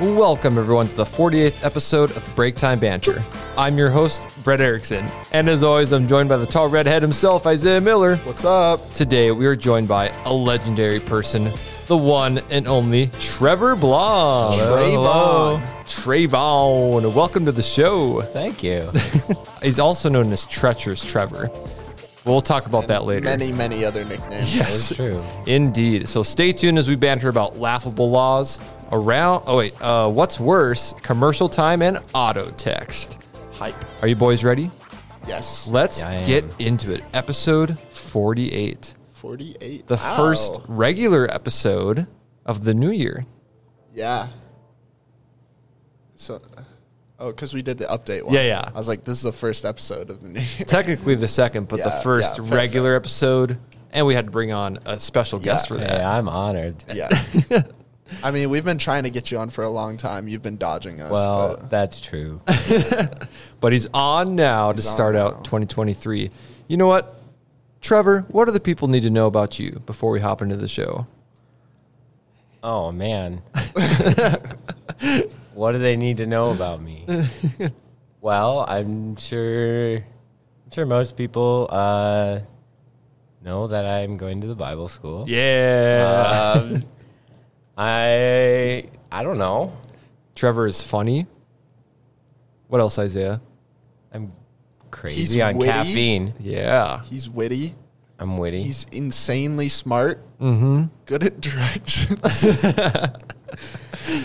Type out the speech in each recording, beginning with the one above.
welcome everyone to the 48th episode of the Break Time Banter. I'm your host, Brett Erickson. And as always, I'm joined by the tall redhead himself, Isaiah Miller. What's up? Today, we are joined by a legendary person, the one and only Trevor Blom. Trayvon. Trayvon. Welcome to the show. Thank you. He's also known as Treacherous Trevor. We'll talk about that later. Many, many other nicknames. It's true. Indeed. So stay tuned as we banter about laughable laws around. Oh wait, uh, what's worse? Commercial time and auto text. Hype. Are you boys ready? Yes. Let's Yeah, I get am. into it. Episode forty-eight, 48. the Wow. first regular episode of the new year. Yeah. So, oh, because we did the update one. Yeah, yeah. I was like, this is the first episode of the new year. Technically the second, but the Yeah, first yeah, fair, regular episode, and we had to bring on a special guest Yeah. for that. Hey, I'm honored. yeah. I mean, we've been trying to get you on for a long time. You've been dodging us. Well, but that's true. But he's on now to He's on start out now. 2023. You know what, Trevor? What do the people need to know about you before we hop into the show? Oh man. what do they need to know about me? Well, I'm sure I'm sure most people uh, know that I'm going to the Bible school. Yeah. Um, I I don't know. Trevor is funny. What else, Isaiah? I'm crazy on witty. caffeine. Yeah. he's witty. I'm witty. He's insanely smart. Mm-hmm. Good at directions.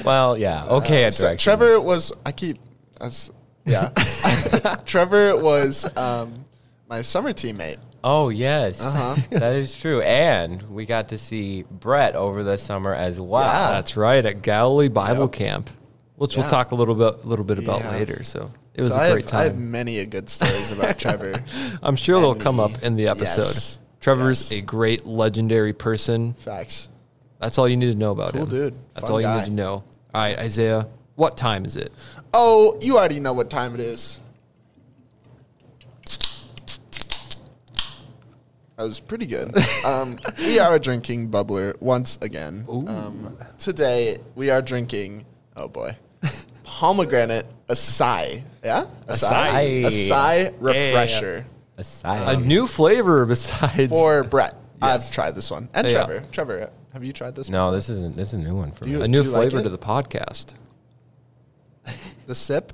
well, yeah. Okay, at Uh, So directions. Trevor was. I keep. That's, yeah. Trevor was um, my summer teammate. Oh yes, Uh-huh. That is true. And we got to see Brett over the summer as well. Yeah. Ah, That's right at Galilee Bible Yep. Camp, which Yeah. we'll talk a little bit, little bit about Yeah. later. So it was So a I great have, I have time. many a good stories about Trevor. I'm sure they'll come many- up in the episode. Yes. Trevor's Yes. a great legendary person. Facts. That's all you need to know about Cool him. dude. That's Fun all you guy. need to know. All right, Isaiah. What time is it? Oh, you already know what time it is. That was pretty good. Um, we are drinking bubbler once again. Um, today we are drinking. Oh boy, pomegranate acai. Yeah, Acai. acai. Acai refresher Aside. a new flavor besides. Um, for Brett. I've tried this one and Yeah. Trevor. Trevor, have you tried this? no, this is a, this is a new one for Do me. you- a new do like flavor it? to the podcast. one? the sip.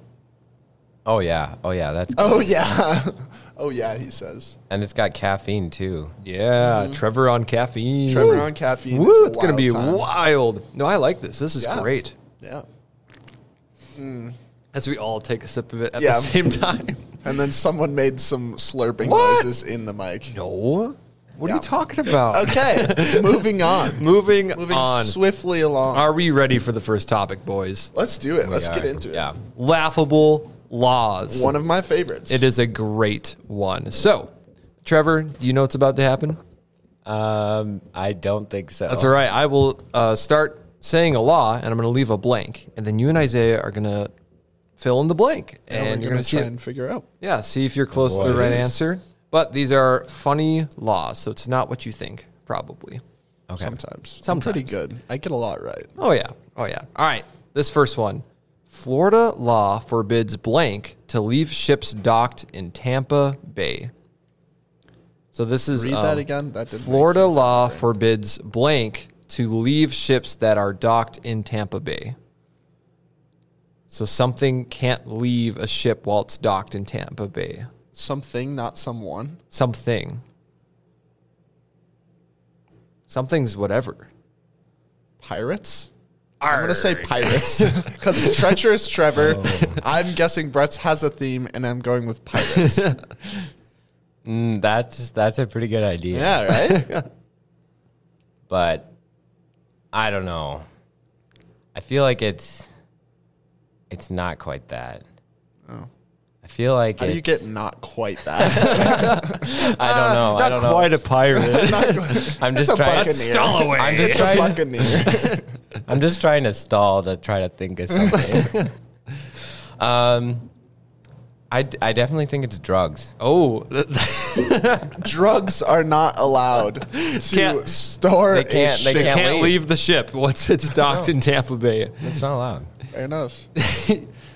Oh yeah, oh yeah. That's Oh yeah, oh yeah. He says. and it's got caffeine too. Yeah, Trevor on caffeine. Mm-hmm. Trevor on caffeine Woo, is a it's gonna wild be time. wild. No, I like this. This is Yeah. great. Yeah. As we all take a sip of it at Yeah. the same time. And then someone made some slurping What? noises in the mic. No. What are Yeah. Uh, you talking about? Okay, moving on. Moving, Moving on. swiftly along. Are we ready for the first topic, boys? Let's do it. Let's We get are- into it. Yeah. Laughable laws. One of my favorites. it is a great one. So, Trevor, do you know what's about to happen? Um, I don't think so. That's all right. I will uh, start saying a law, and I'm going to leave a blank, and then you and Isaiah are going to fill in the blank, and, And you're going we're gonna to see try it. and figure out. Yeah, see if you're close to What the it right is. answer. But these are funny laws, so it's not what you think, probably. Okay. Sometimes. I'm pretty good. I get a lot right. Oh, yeah. Oh, yeah. All right. This first one Florida law forbids blank to leave ships docked in Tampa Bay. So this is Read that again. That didn't make Um, Florida sense. law forbids blank to leave ships that are docked in Tampa Bay. So something can't leave a ship while it's docked in Tampa Bay. Something, not someone. something. Something's whatever. Pirates. I'm gonna say pirates because the treacherous Trevor. I'm guessing Brett's has a theme, and I'm going with pirates. Mm, that's that's a pretty good idea. yeah, right. But I don't know. I feel like it's it's not quite that. Oh. I feel like How do it's, you get not quite that? I don't know. I don't know. a pirate. Not quite- I'm It's just a trying. buccaneer. Stallaway. I'm just It's a trying. buccaneer. I'm just trying to stall to try to think of something. um, I, d- I definitely think it's drugs. Oh, Drugs are not allowed to Can't- store they can't. a They ship. can't, leave. leave. the ship once it's docked in Tampa Bay. It's not allowed. Fair enough.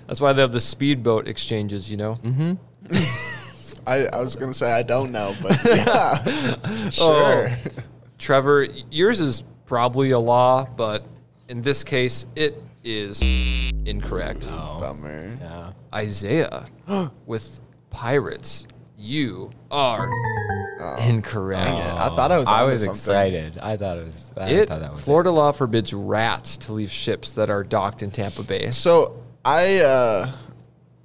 That's why they have the speedboat exchanges. You know. I, I was gonna say I don't know, but Oh. yeah, sure. Trevor, yours is probably a law, but in this case, it is incorrect. Bummer. Yeah. Isaiah, with pirates, you are uh, incorrect. I thought Oh. I was. I onto was something. excited. I thought it was. I It, thought that was it. Florida law forbids rats to leave ships that are docked in Tampa Bay. So I uh,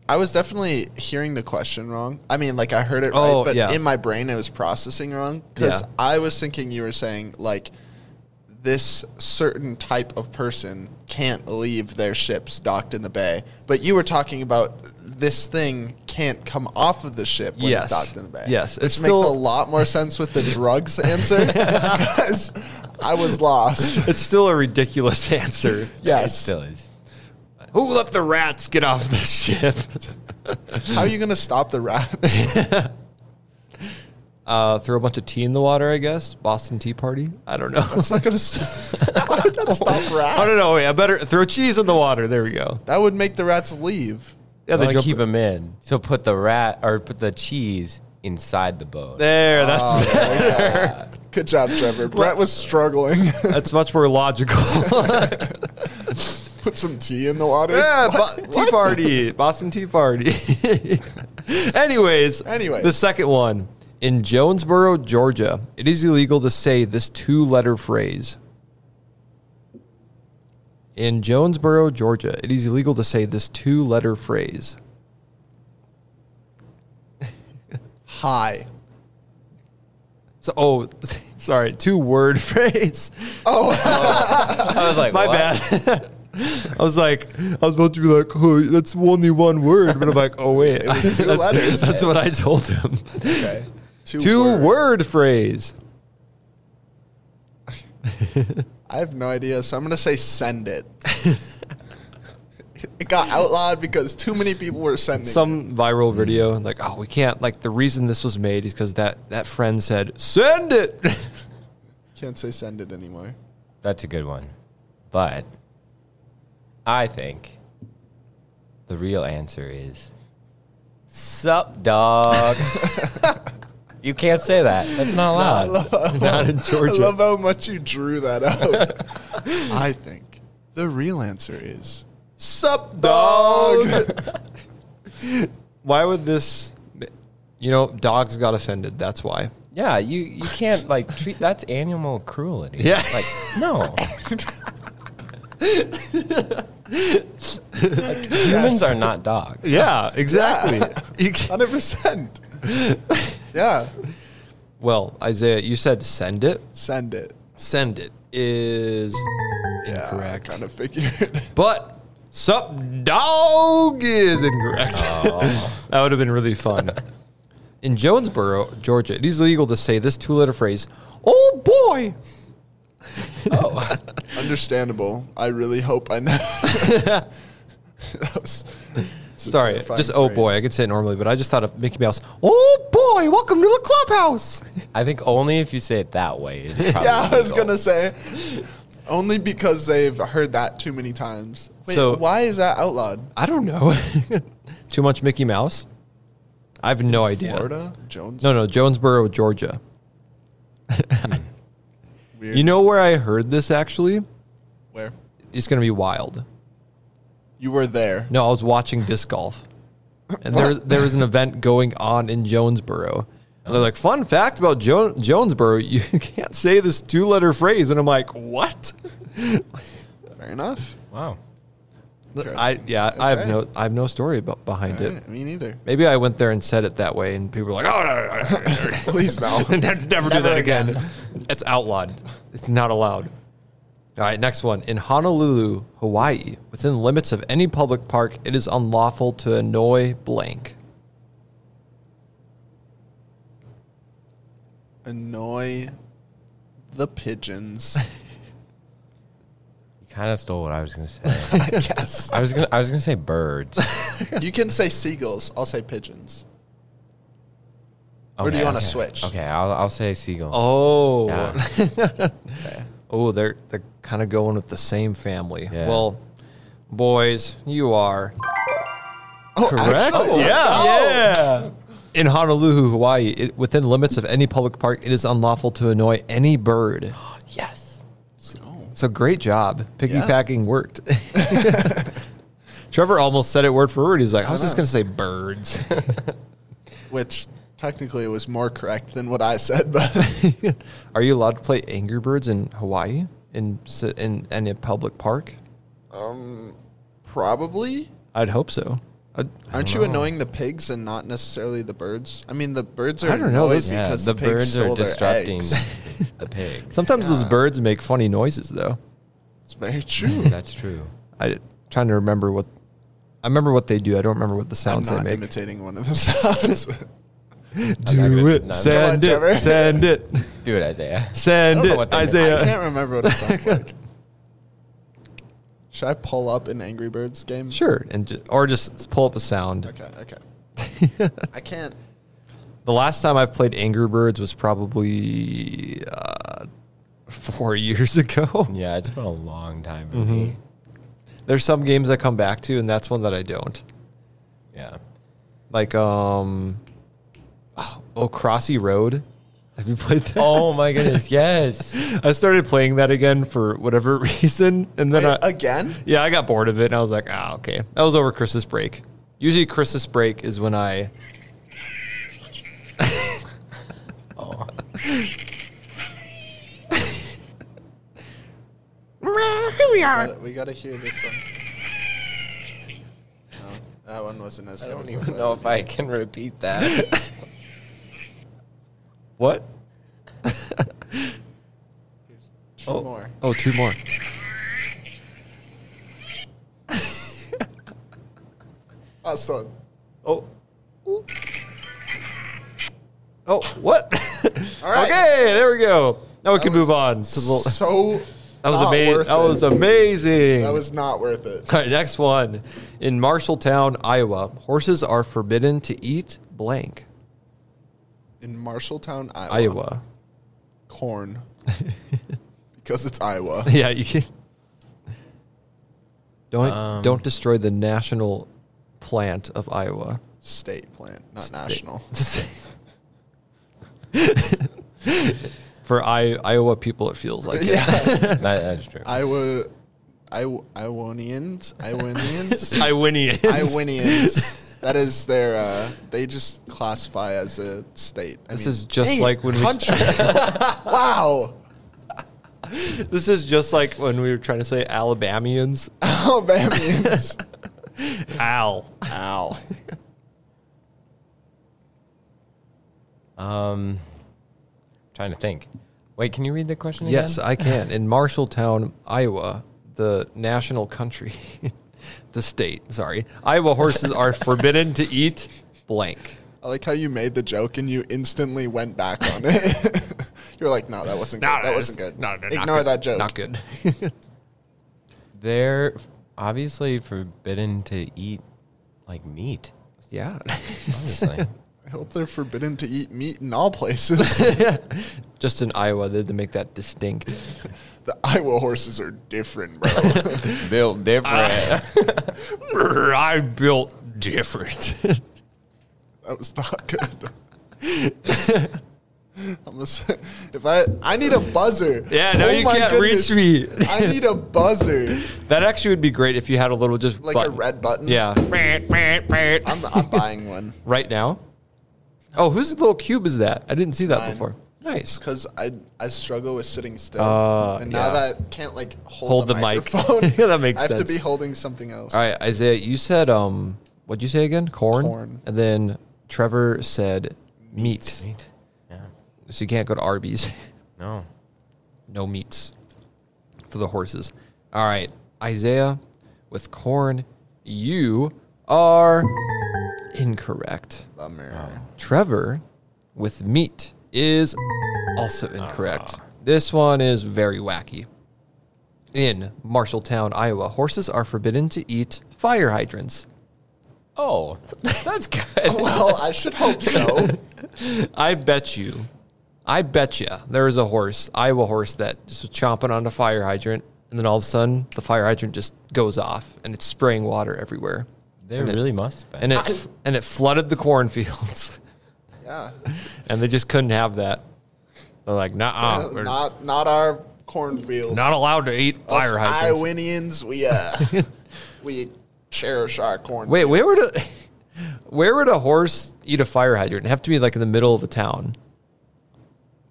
I was definitely hearing the question wrong. I mean, like I heard it Oh, right, but yeah. in my brain it was processing wrong because Yeah. I was thinking you were saying like this certain type of person can't leave their ships docked in the bay, but you were talking about this thing can't come off of the ship when Yes. it's docked in the bay. Yes, which it's makes still- a lot more sense with the drugs answer because I was lost. It's still a ridiculous answer. It Yes. still is. Who let the rats get off the ship? How are you going to stop the rats? Uh, throw a bunch of tea in the water, I guess. Boston Tea Party. I don't know. It's not gonna stop. Why would that stop rats? I don't know. Yeah, better throw cheese in the water. There we go. Oh, That would make the rats leave. Yeah, they jump- keep them in. So put the rat or put the cheese inside the boat. There, that's Oh, Good job, Trevor. Brett was struggling. that's much more logical. Put some tea in the water. yeah, What? Bo- Tea Party, Boston Tea Party. Anyways, Anyways. the second one in Jonesboro, Georgia, it is illegal to say this two-letter phrase. In Jonesboro, Georgia, it is illegal to say this two-letter phrase. Hi. So, oh, sorry, two-word phrase. Oh, I was like, My what? bad. I was like, I was about to be like, oh, that's only one word, but I'm like, oh wait, was two that's, letters. That's what I told him. Okay. Two, Two word. word phrase. I have no idea, so I'm gonna say send it. it got outlawed because too many people were sending. it. Some Mm. viral video, and like, oh, we can't. Like the reason this was made is because that that friend said, send it. can't say send it anymore. That's a good one. But I think the real answer is sup dog. you can't say that. That's not allowed. Not in I Georgia. love how much you drew that out. I think the real answer is sup dog. why would this? You know, dogs got offended. That's why. yeah, you, you can't like treat that's animal cruelty. Yeah. Like, no. Like, humans are not dogs. Yeah, exactly. Hundred percent. Yeah, well, Isaiah, you said send it. send it. Send it is Yeah, incorrect. I kind of figured. But sup dog is incorrect. that would have been really fun. In Jonesboro, Georgia, it is illegal to say this two-letter phrase, "Oh boy." Understandable. I really hope I know. That was- it's a Sorry, terrifying just "oh phrase. boy." I could say it normally, but I just thought of Mickey Mouse. "Oh boy, welcome to the clubhouse." I think only if you say it that way. Is probably Yeah, I was legal. gonna say. Only because they've heard that too many times. Wait, So- why is that outlawed? I don't know. Too much Mickey Mouse? I have no idea. Florida, Jones. No, no, Jonesboro, Georgia. Hmm. Weird. You know where I heard this actually? where It's going to be wild. you were there. No, I was watching disc golf, and there there was an event going on in Jonesboro. And they're like, "Fun fact about jo- Jonesboro: you can't say this two-letter phrase." And I'm like, "What?" Fair enough. Wow. I yeah, I have Okay. no I have no story about behind it. Alright, me neither. Maybe I went there and said it that way, and people were like, "Oh no, no, no, no, no." Please no. never, never do Never that again. again. It's outlawed. It's not allowed. All right, next one. In Honolulu, Hawaii, within limits of any public park, it is unlawful to annoy blank. Annoy the pigeons. You kind of stole what I was gonna say. yes. I was gonna I was gonna say birds. You can say seagulls. I'll say pigeons. Or do you wanna okay. switch? Okay, I'll I'll say seagulls. Oh, Yeah. oh, they're they're kind of going with the same family. Yeah. Well, boys, you are Oh, Correct. actually, Yeah. in Honolulu, Hawaii. It, within limits of any public park, it is unlawful to annoy any bird. Yes. Oh. So great job, piggybacking worked. Trevor almost said it word for word. He's like, I was just gonna say birds. Which technically was more correct than what I said, but Are you allowed to play Angry Birds in Hawaii in si- in any public park? probably. I'd hope so. I'd, Aren't you annoying the pigs and not necessarily the birds? I mean, the birds are I don't know, annoyed those- Yeah, because the the, pigs birds stole are distracting Their eggs. the pigs. sometimes those birds make funny noises though. It's very true. That's true. I trying to remember what I remember what they do. I don't remember what the I'm sounds not they make. imitating one of the sounds. not Do gonna- it, no, send come on, Trevor. it, send it, Do it, Isaiah. send I don't know it, what they make. I Isaiah. can't remember what it sounds like. Should I pull up an Angry Birds game? Sure, and ju- or just pull up a sound. Okay, okay. I can't. The last time I played Angry Birds was probably uh, four years ago. Yeah, it's been a long time for me. Mm-hmm. There's some games I come back to, and that's one that I don't. Yeah. Like um, oh, oh Crossy Road. Have you played that? Oh my goodness, yes. I started playing that again for whatever reason, and then I, again? yeah, I got bored of it, and I was like, ah, okay. That was over Christmas break. Usually, Christmas break is when I. Here we are. We gotta hear this one. No, that one wasn't as I good don't as even that. know if I can repeat that. What? Two more. Oh, two more. Last one. Oh. Oh, what? All right. Okay, there we go. Now we can was move on. To the, So. that was not amazing. worth That it. was amazing. That was not worth it. All right, next one. In Marshalltown, Iowa, horses are forbidden to eat blank. In Marshalltown, Iowa. Iowa. Corn. because it's Iowa. Yeah, you can. Don't Um, don't destroy the national plant of Iowa. State plant, not national. For I, Iowa people, it feels like it. Yeah. that that's true. Iowa. Iw- Iwonians? Iwonians? Iwinians. Iwinians. That is their. Uh, they just classify as a state. I This mean- is just Dang it, like when we- country. wow. This is just like when we were trying to say Alabamians. Alabamians. Al. Ow. Um trying to think. Wait, can you read the question again? Yes, I can. In Marshalltown, Iowa, the national country, the state, sorry, Iowa horses are forbidden to eat blank. I like how you made the joke and you instantly went back on it. You're like, no, that wasn't good. that wasn't good. No, no, not Ignore good. that joke. Not good. They're obviously forbidden to eat like meat. yeah. Obviously. I hope they're forbidden to eat meat in all places. Just in Iowa, they had to make that distinct. the Iowa horses are different, bro. Built different. I'm built different. that was not good. I'm gonna say, if I I need a buzzer. Oh Yeah, no, you my can't reach me. I need a buzzer, that actually would be great if you had a little just like button. a red button. Yeah. I'm, I'm buying one Right now. Oh, whose little cube is that? I didn't see that Mine. before. Nice. because I I struggle with sitting still, Uh, and yeah. now that I can't like hold, Hold the, the mic. microphone, That makes I have sense. to be holding something else. All right, Isaiah, you said um, what'd you say again? Corn. Corn. And then Trevor said meat. meat. Yeah. So you can't go to Arby's. No. no meats for the horses. All right, Isaiah, with corn, you are incorrect. Bummer. Trevor, with meat, is also incorrect. This one is very wacky. In Marshalltown, Iowa, horses are forbidden to eat fire hydrants. Oh, that's good. well, I should hope so. I bet you, I bet you, there was a horse, Iowa horse, that just was chomping on a fire hydrant, and then all of a sudden, the fire hydrant just goes off, and it's spraying water everywhere, There really must have been. and it and it flooded the cornfields, Yeah. and they just couldn't have that. They're like, nah, we're not, not not our cornfields. allowed to eat Us fire hydrants. Iowanians, we uh we cherish our cornfields. Wait, where would a where would a horse eat a fire hydrant? It'd have to be like in the middle of the town.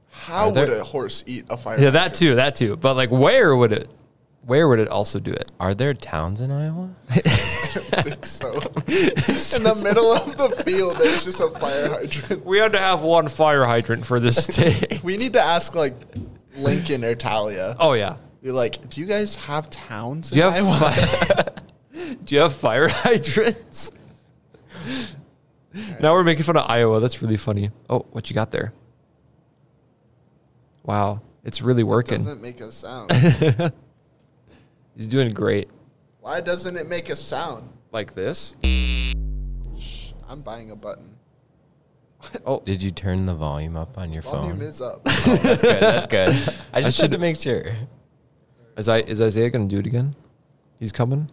How Are there- would a horse eat a fire? Yeah, that hydrant? too, that too. But like, where would it? Where would it also do it? Are there towns in Iowa? So, in the middle of the field, there's just a fire hydrant. We had to have one fire hydrant for this state. We need to ask like Lincoln or Talia. oh yeah. You're like, do you guys have towns? Do you in have Iowa?" fi- Do you have fire hydrants? Now we're making fun of Iowa. That's really funny. Oh, what you got there? Wow, it's really working. Doesn't make a sound. He's doing great. Why doesn't it make a sound? Like this? Shh, I'm buying a button. Oh, Did you turn the volume up on your Volume phone? is up. Oh, that's good. That's good. I just had should- to make sure. is I is Isaiah gonna do it again? He's coming.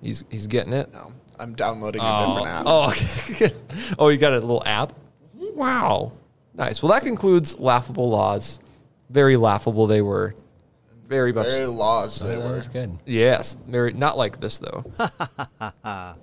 He's he's getting it. No, I'm downloading a Oh, different app. oh, okay. oh, you got a little app? Wow. Nice. Well, that concludes laughable laws. Very laughable they were. Very much. Very laws they That were. was good. yes. Very not like this though.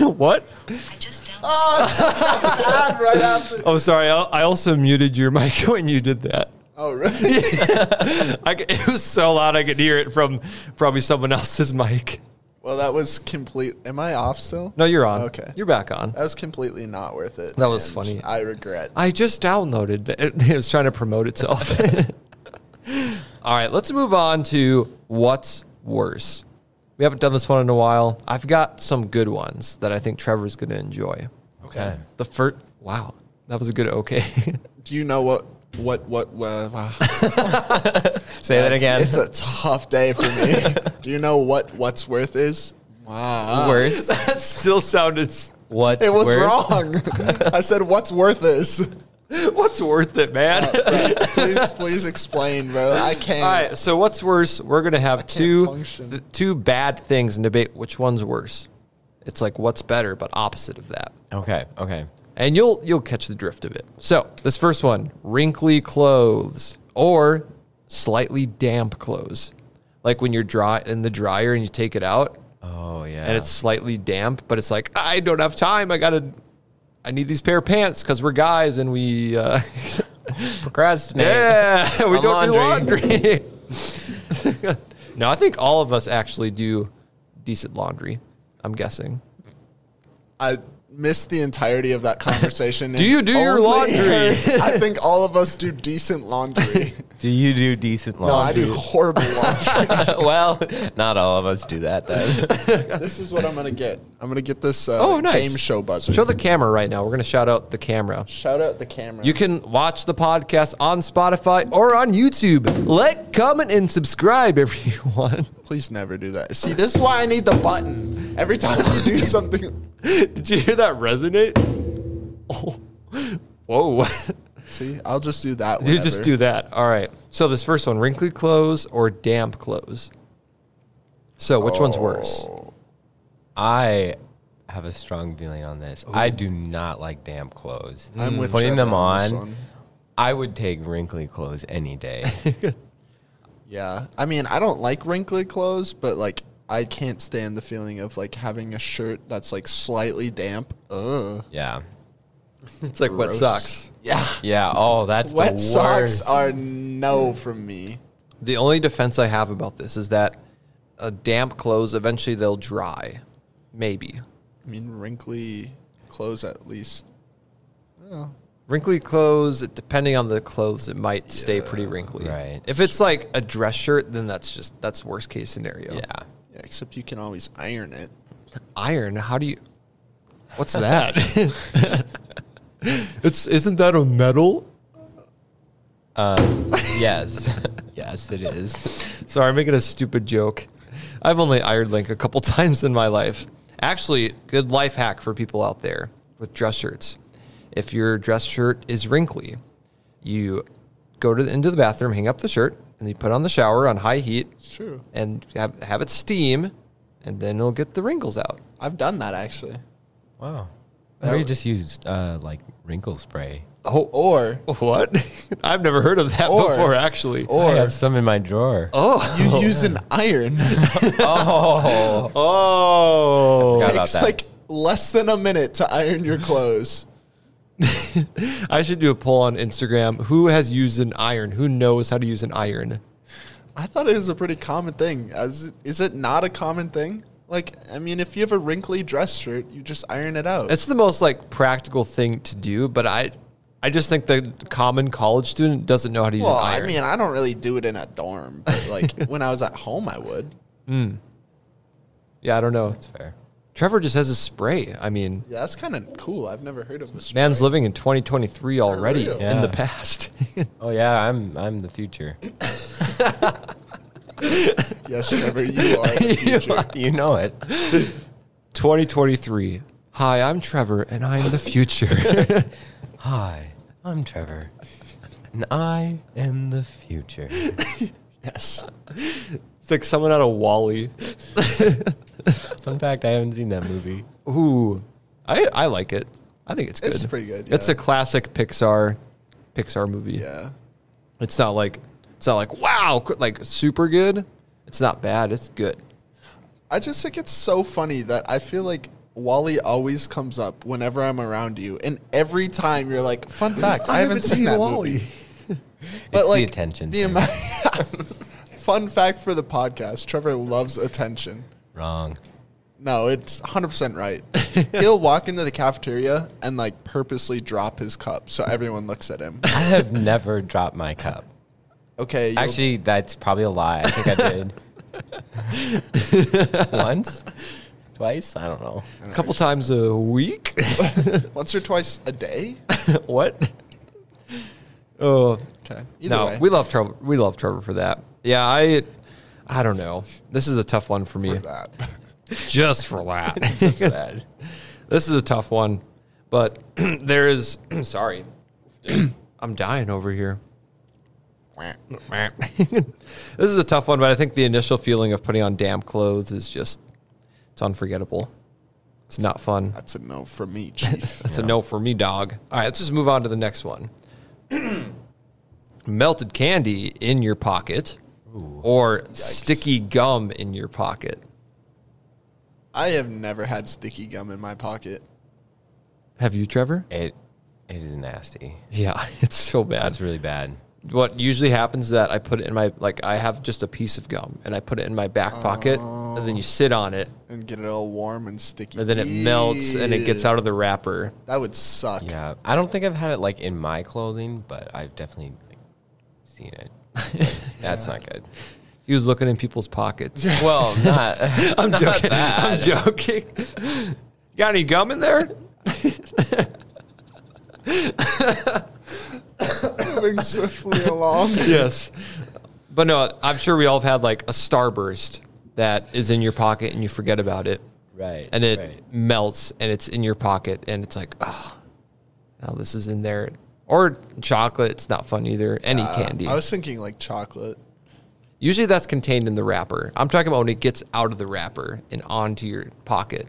what? I just downloaded. Ad right after. Oh, sorry. I, I also muted your mic when you did that. Oh, really? I, c- it was so loud I could hear it from probably someone else's mic. Well, that was complete. Am I off still? No, you're on. Okay. You're back on. That was completely not worth it. That was and funny. I regret. I just downloaded that. It, was trying to promote itself. All right, let's move on to what's worse. We haven't done this one in a while. I've got some good ones that I think Trevor's going to enjoy. Okay. The first, wow, that was a good okay. Do you know what? What? What? what wow. Say that again. It's a tough day for me. Do you know what? What's worth is? Wow. worse. that still sounded. s- What's It was worse? wrong. I said what's worth is. What's worth it, man? Bro, please, please explain, bro. I can't. All right, so what's worse? We're going to have two function. th- two bad things and debate which one's worse. It's like what's better, but opposite of that. Okay. Okay. and you'll you'll catch the drift of it. So this first one: wrinkly clothes or slightly damp clothes, like when you're dry in the dryer and you take it out Oh yeah. and it's slightly damp, but it's like I don't have time. I gotta, I need these pair of pants because we're guys and we, uh, procrastinate. yeah, we On don't laundry. do laundry. no, I think all of us actually do decent laundry. I'm guessing. I missed the entirety of that conversation. Do you and do your only- laundry? I think all of us do decent laundry. Do you do decent No, I laundry? do horrible laundry. well, not all of us do that then. this is what I'm gonna get. I'm gonna get this uh, Oh, nice. game show buzzer. Show the camera right now. We're gonna shout out the camera. Shout out the camera. You can watch the podcast on Spotify or on YouTube. Like, comment, and subscribe, everyone. Please never do that. See, this is why I need the button. Every time we do something. Did you hear that resonate? Oh, whoa. See, I'll just do that. Dude, just whenever. do that. All right. So, this first one wrinkly clothes or damp clothes? So, which one's worse? I have a strong feeling on this. I do not like damp clothes. I'm with putting Trevor them on this on. one. I would take wrinkly clothes any day. Yeah, I mean, I don't like wrinkly clothes, but like, I can't stand the feeling of like having a shirt that's like slightly damp. Ugh. yeah. It's like wet Gross. socks. Yeah. Yeah. Oh, that's the Wet worst. socks are no from me. The only defense I have about this is that uh, damp clothes eventually they'll dry. Maybe. I mean, wrinkly clothes at least. Wrinkly clothes, depending on the clothes, it might stay pretty wrinkly. Right. If it's like a dress shirt, then that's just that's worst case scenario. yeah. Yeah, except you can always iron it. Iron, how do you What's that? it's isn't that a metal? Yes. yes. Yes, it is. Sorry, I'm making a stupid joke. I've only ironed Link a couple times in my life. Actually, good life hack for people out there with dress shirts. If your dress shirt is wrinkly, you go to the, into the bathroom, hang up the shirt, and you put it on the shower on high heat It's true. and have, have it steam, and then it'll get the wrinkles out. I've done that actually. Wow. Or you just used uh, like wrinkle spray. Oh, Or what? I've never heard of that Or- before, actually. or I have some in my drawer. oh, you use an iron. Oh. oh. Forgot it about takes that. like less than a minute to iron your clothes. I should do a poll on Instagram. Who has used an iron? Who knows how to use an iron? I thought it was a pretty common thing. Is, is it not a common thing? Like, I mean, if you have a wrinkly dress shirt, you just iron it out. It's the most like practical thing to do, but I I just think the common college student doesn't know how to use well, an I iron. mean, I don't really do it in a dorm, but like when I was at home, I would. yeah, I don't know. That's fair. Trevor just has a spray. I mean, Yeah, that's kind of cool. I've never heard of this. man's living in 2023 already real. in Yeah. the past. Oh yeah, I'm I'm the future. Yes, Trevor, you are the future. you know it. 2023. Hi, I'm Trevor and I am the future. Hi, I'm Trevor, and I am the future. Yes. it's like someone out of Wally. Fun fact: I haven't seen that movie. Ooh. I I like it. I think it's good. It's pretty good, It's yeah. a classic Pixar Pixar movie. Yeah. It's not like it's not like wow, like super good. It's not bad. It's good. I just think it's so funny that I feel like Wally always comes up whenever I'm around you, and every time you're like, "Fun fact, I, haven't seen, that Wally." Movie. It's the attention. the thing. amount- fun fact for the podcast: Trevor loves attention. Wrong. No, it's 100% right. He'll walk into the cafeteria and like purposely drop his cup so everyone looks at him. I have never dropped my cup. Okay, you'll- Actually, that's probably a lie. I think I did once, twice. I don't know. A couple times a week. once or twice a day. what? Oh, Okay, either no. way, We love Trevor. We love Trevor for that. Yeah, I I don't know. This is a tough one for me. for that. Just for that. this is a tough one, but there is sorry. I'm dying over here. this is a tough one, but I think the initial feeling of putting on damp clothes is just it's unforgettable. It's not fun. That's a no from me, Chief. That's a no for me, dog. All right, let's just move on to the next one. Melted candy in your pocket or sticky gum in your pocket. I have never had sticky gum in my pocket. Have you, Trevor? It it is nasty. Yeah, it's so bad. That's really bad. what usually happens is that I put it in my like I have just a piece of gum and I put it in my back pocket and then you sit on it and get it all warm and sticky. and then it melts and it gets Ew. out of the wrapper. That would suck. Yeah, I don't think I've had it like in my clothing, but I've definitely like, seen it. Like, that's not good. He was looking in people's pockets. Well, not. I'm not joking. That. I'm joking. Got any gum in there? Moving swiftly along. Yes. But no, I'm sure we all have had like a starburst that is in your pocket and you forget about it. Right. And it right. melts and it's in your pocket and it's like, oh, now this is in there. Or chocolate, it's not fun either. Any candy. Uh, I was thinking like chocolate. Usually that's contained in the wrapper. I'm talking about when it gets out of the wrapper and onto your pocket.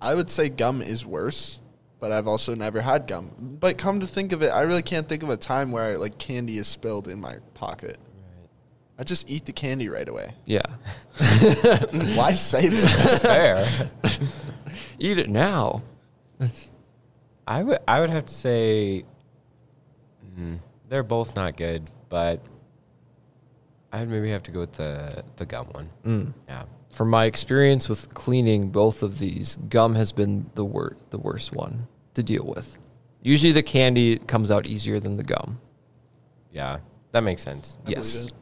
I would say gum is worse, but I've also never had gum. But come to think of it, I really can't think of a time where like candy is spilled in my pocket. I just eat the candy right away. Yeah. Why save it? fair. Eat it now. I would I would have to say mm, they're both not good, but I'd maybe have to go with the the gum one. Yeah. From my experience with cleaning both of these, gum has been the wor- the worst one to deal with. Usually the candy comes out easier than the gum. Yeah. That makes sense. believe yes. it.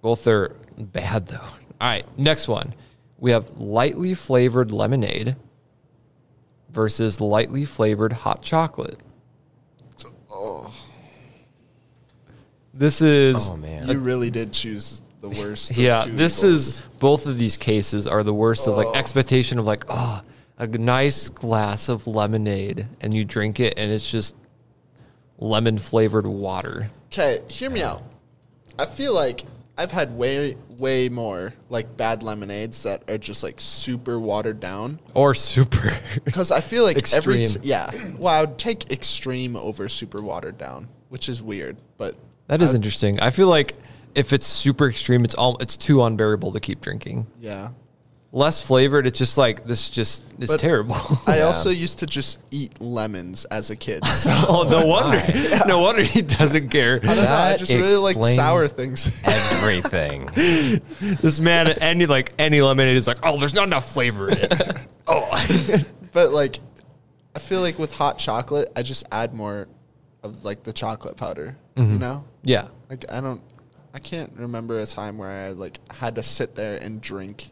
Both are bad though. All right, next one. We have lightly flavored lemonade versus lightly flavored hot chocolate. oh, This is Oh man. You really did choose the worst. of yeah. two This evils. is both of these cases are the worst of like expectation of like oh a g- nice glass of lemonade and you drink it and it's just lemon flavored water. Okay, hear me out. I feel like I've had way, way more like bad lemonades that are just like super watered down. Or super. Because I feel like every t- Extreme. yeah, well, I would take extreme over super watered down, which is weird, but that is interesting. I feel like if it's super extreme, it's all it's too unbearable to keep drinking. yeah. Less flavored, it's just like this. Just it's But terrible. I also used to just eat lemons as a kid. So oh no wonder, no wonder he doesn't care. I don't know, I That just really like explains- sour things. Everything. This man, any like any lemonade is like, oh, there's not enough flavor in it. Oh. but like, I feel like with hot chocolate, I just add more of like the chocolate powder. Mm-hmm. You know, yeah, Like I don't, I can't remember a time where I like had to sit there and drink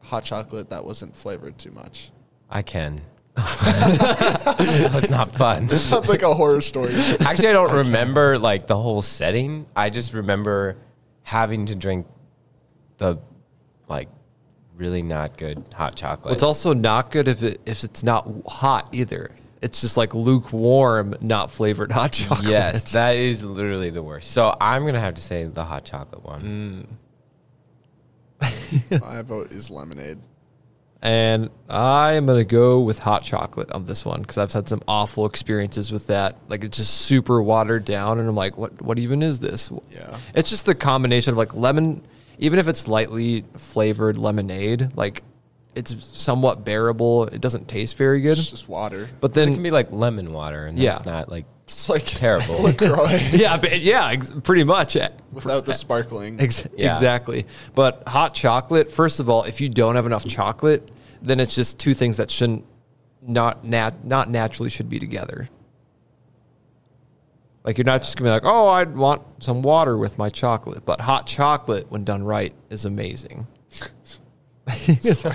hot chocolate that wasn't flavored too much. I can. that was not fun. This sounds like a horror story. Actually, I don't remember like the whole setting. I just remember having to drink the like really not good hot chocolate. it's also not good if it if it's not hot either. It's just like lukewarm, not flavored hot chocolate. yes, that is literally the worst. So I'm gonna have to say the hot chocolate one. Mm. My vote is lemonade. and I am gonna go with hot chocolate on this one because I've had some awful experiences with that. Like it's just super watered down, and I'm like, what? What even is this? Yeah. it's just the combination of like lemon, even if it's lightly flavored lemonade, like it's somewhat bearable. It doesn't taste very good, It's just water. but It can then be like lemon water, and Yeah. it's not like It's like Terrible. LaCroix yeah, but- yeah, ex- pretty much. without the sparkling. Ex- Yeah. Exactly. But hot chocolate, first of all, if you don't have enough chocolate, then it's just two things that shouldn't not nat- not naturally should be together. Like you're not just gonna be like, oh, I'd want some water with my chocolate. But hot chocolate, when done right, is amazing. Sorry,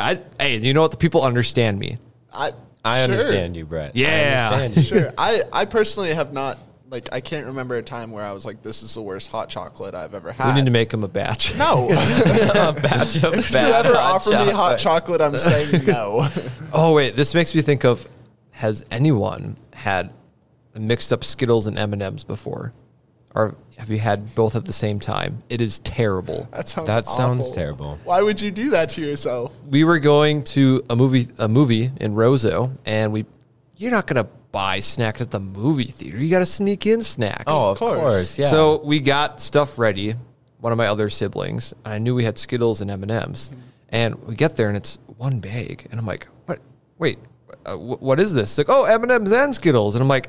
I hey, you know what? The people understand me. I I sure, understand you, Brett. I Yeah. understand you. Sure. I I personally have not like I can't remember a time where I was like this is the worst hot chocolate I've ever We had. need to make them a batch. no. a batch of if you bad ever hot offer me hot chocolate, I'm saying no. Oh wait, this makes me think of: Has anyone had mixed up Skittles and M and M's before, or have you had both at the same time? It is terrible. That sounds That sounds awful. terrible. Why would you do that to yourself? We were going to a movie, a movie in Roseau, and we, you're not gonna buy snacks at the movie theater. You got to sneak in snacks. Oh, of course. course. Yeah. So we got stuff ready. One of my other siblings, and I knew we had Skittles and M and M's, Mm-hmm. and we get there and it's one bag, and I'm like, what? Wait, uh, wh- what is this? Like, oh, M and M's and Skittles, and I'm like,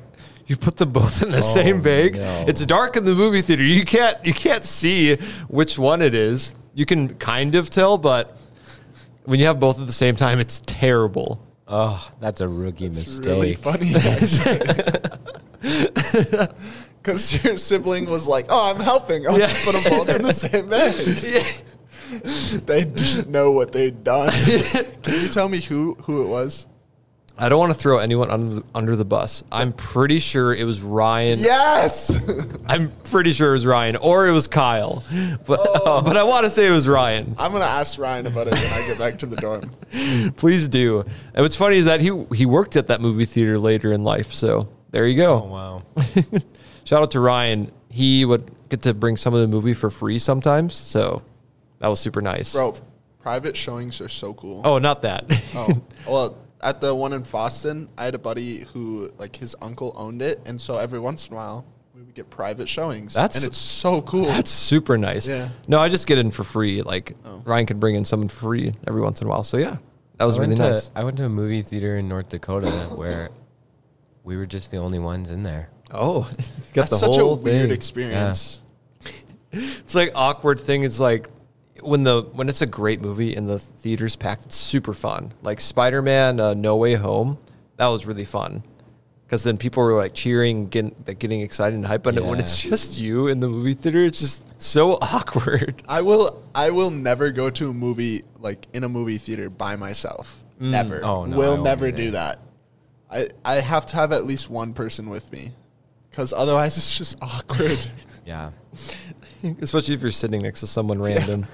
you put them both in the same bag. Oh, no. It's dark in the movie theater. You can't you can't see which one it is. You can kind of tell, but when you have both at the same time, it's terrible. oh, that's a rookie It's mistake. really funny. Because your sibling was like, "Oh, I'm helping. I'll just put them both in the same bag." They didn't know what they'd done. Can you tell me who who it was? I don't want to throw anyone under the, under the bus. I'm pretty sure it was Ryan Yes. I'm pretty sure it was Ryan, or it was Kyle, but Oh. but I want to say it was Ryan. I'm gonna ask Ryan about it when I get back to the dorm. Please do. And what's funny is that he he worked at that movie theater later in life, so there you go. Oh, wow. Shout out to Ryan. He would get to bring some of the movie for free sometimes, so that was super nice. Bro, private showings are so cool. Oh, not that. Oh, well, at the one in Boston, I had a buddy who, like, his uncle owned it, and so every once in a while, we would get private showings. That's- and it's so cool. That's super nice. Yeah. Oh. No, I just get in for free. Like Ryan could bring in someone for free every once in a while. So yeah, that was I went really to- nice. I went to a movie theater in North Dakota where we were just the only ones in there. Oh, it's got That's the such whole a weird thing. experience. It's like awkward thing. It's like when the when it's a great movie and the theater's packed, it's super fun. Like Spider Man uh, No Way Home, that was really fun because then people were like cheering, getting like, getting excited and hype. But when it's just you in the movie theater, it's just so awkward. I will. I will never go to a movie like in a movie theater by myself. Never. Oh, no, I will won't never either. do that. I I have to have at least one person with me. because otherwise it's just awkward. Yeah. especially if you're sitting next to someone random.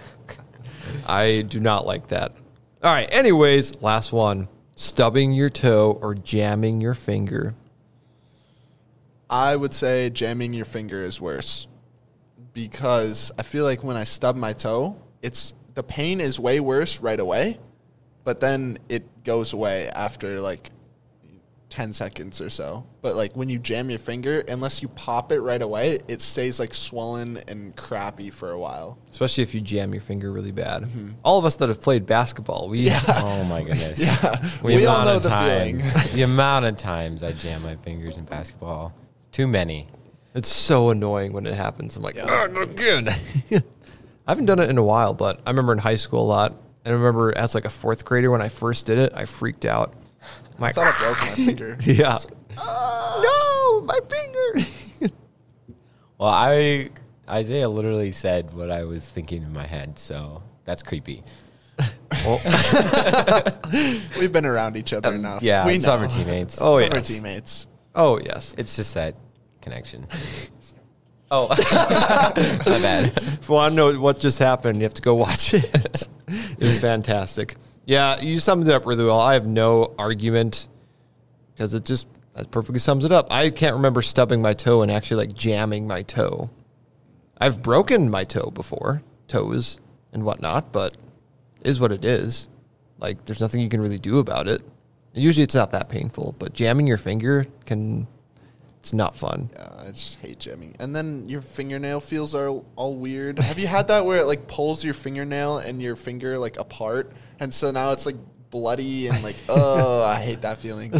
I do not like that. All right. Anyways, last one: stubbing your toe or jamming your finger. I would say jamming your finger is worse because I feel like when I stub my toe, it's the pain is way worse right away, but then it goes away after like 10 seconds or so. But like when you jam your finger, unless you pop it right away, it stays like swollen and crappy for a while. Especially if you jam your finger really bad. All of us that have played basketball, we Oh my goodness. Yeah. The We, all amount know of the time- feeling. the amount of times I jam my fingers in basketball. Too many. it's so annoying when it happens. I'm like, oh, not good. I haven't done it in a while, but I remember in high school a lot. And I remember as like a fourth grader when I first did it, I freaked out. I'm I like, thought I broke my finger. yeah. no, my finger. Well, I Isaiah literally said what I was thinking in my head, so that's creepy. We've been around each other enough. Um, Yeah, we know. summer teammates. Oh, Some are yes. teammates. oh, yes. It's just that connection. oh, my bad. If you want to know what just happened, you have to go watch it. it was fantastic. Yeah, you summed it up really well. I have no argument because it just that perfectly sums it up. I can't remember stubbing my toe and actually like jamming my toe. I've broken my toe before, toes and whatnot, but it is what it is. Like there's nothing you can really do about it. Usually it's not that painful, but jamming your finger can it's not fun. Yeah, Uh, I just hate jamming. And then your fingernail feels are all weird. Have you had that where it like pulls your fingernail and your finger like apart, and so now it's like bloody and like oh, I hate that feeling.